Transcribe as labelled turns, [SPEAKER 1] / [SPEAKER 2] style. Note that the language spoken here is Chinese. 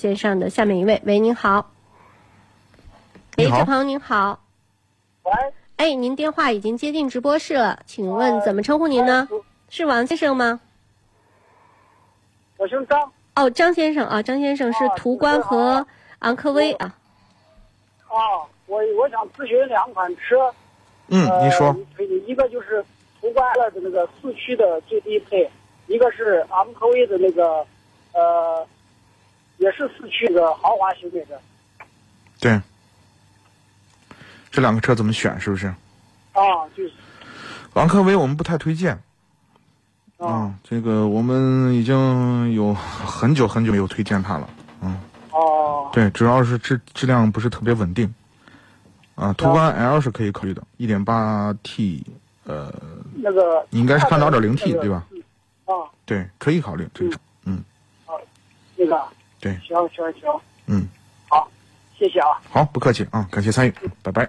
[SPEAKER 1] 线上的下面一位，喂，您好。喂，
[SPEAKER 2] 你好
[SPEAKER 1] 哎这朋友您好。
[SPEAKER 3] 喂，
[SPEAKER 1] 哎，您电话已经接进直播室了，请问怎么称呼您呢？是王先生吗？
[SPEAKER 3] 我姓张
[SPEAKER 1] 哦，张先生啊，张先生是
[SPEAKER 3] 哦
[SPEAKER 1] 途观和昂科威啊。
[SPEAKER 3] 啊，我我想咨询两款车。
[SPEAKER 2] 嗯，
[SPEAKER 3] 呃
[SPEAKER 2] 您说，
[SPEAKER 3] 推荐一个就是途观 L 的那个四驱的最低配，一个是昂科威的那个，呃，也是四驱的豪华型那个。
[SPEAKER 2] 对，这两个车怎么选？是不是？
[SPEAKER 3] 啊，就是
[SPEAKER 2] 昂科威我们不太推荐啊、
[SPEAKER 3] 啊
[SPEAKER 2] 这个我们已经有很久很久没有推荐它了。
[SPEAKER 3] 哦
[SPEAKER 2] 对，主要是质质量不是特别稳定啊。途观 L 是可以考虑的，一点八 T，呃，
[SPEAKER 3] 那个
[SPEAKER 2] 你应该是看到二点零 T
[SPEAKER 3] 那个
[SPEAKER 2] 对吧？
[SPEAKER 3] 啊，
[SPEAKER 2] 对，可以考虑这个车。嗯
[SPEAKER 3] 那个
[SPEAKER 2] 对
[SPEAKER 3] 行行行，
[SPEAKER 2] 嗯，
[SPEAKER 3] 好，谢谢啊。
[SPEAKER 2] 好，不客气啊，感谢参与，嗯拜拜。